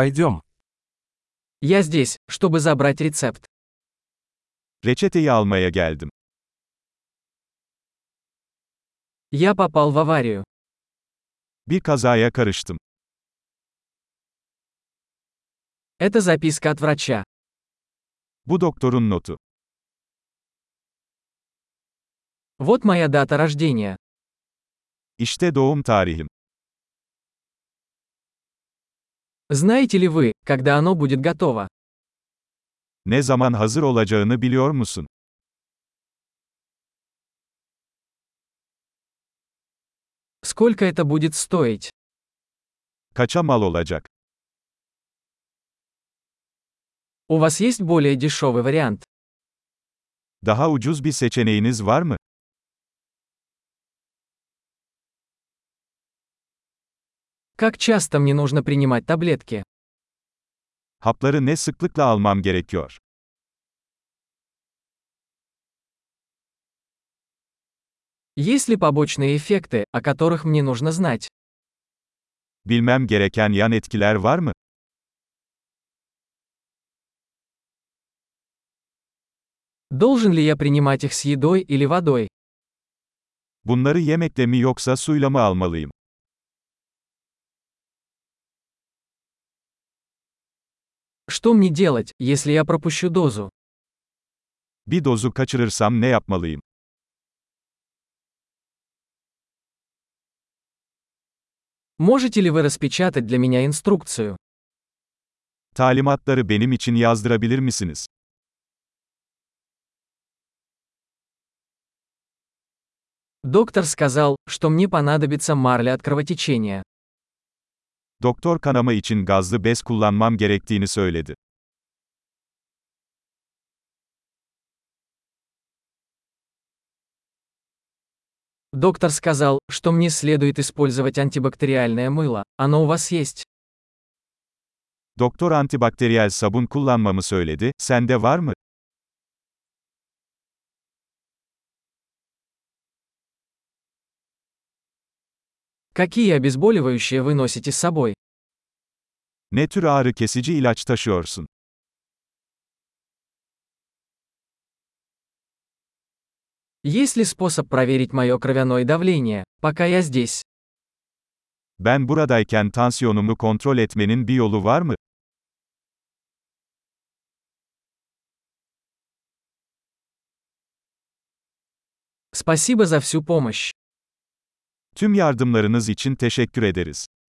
Пойдем. Я здесь, чтобы забрать рецепт. Reçeteyi almaya geldim. Я попал в аварию. Bir kazaya karıştım. Это записка от врача. Bu doktorun notu. Вот моя дата рождения. İşte doğum tarihim. Знаете ли вы, когда оно будет готово? Ne zaman hazır olacağını biliyor musun? Сколько это будет стоить? Kaça mal olacak? У вас есть более дешевый вариант? Daha ucuz bir seçeneğiniz var mı? Как часто мне нужно принимать таблетки? Hapları ne sıklıkla almam gerekiyor? Есть ли побочные эффекты, о которых мне нужно знать? Bilmem gereken yan etkiler var mı? Должен ли я принимать их с едой или водой? Bunları yemekle mi yoksa suyla mı almalıyım? Что мне делать, если я пропущу дозу? Bir dozu kaçırırsam ne yapmalıyım? Можете ли вы распечатать для меня инструкцию? Talimatları benim için yazdırabilir misiniz? Доктор сказал, что мне понадобится марля от кровотечения. Doktor kanama için gazlı bez kullanmam gerektiğini söyledi. Доктор сказал, что мне следует использовать антибактериальное мыло. Оно у вас есть? Doktor antibakteriyel sabun kullanmamı söyledi, sende var mı? Какие обезболивающие вы носите с собой? Ne tür ağrı kesici ilaç taşıyorsun? Есть ли способ проверить мое кровяное давление, пока я здесь? Ben buradayken tansiyonumu kontrol etmenin bir yolu var mı? Спасибо за всю помощь. Tüm yardımlarınız için teşekkür ederiz.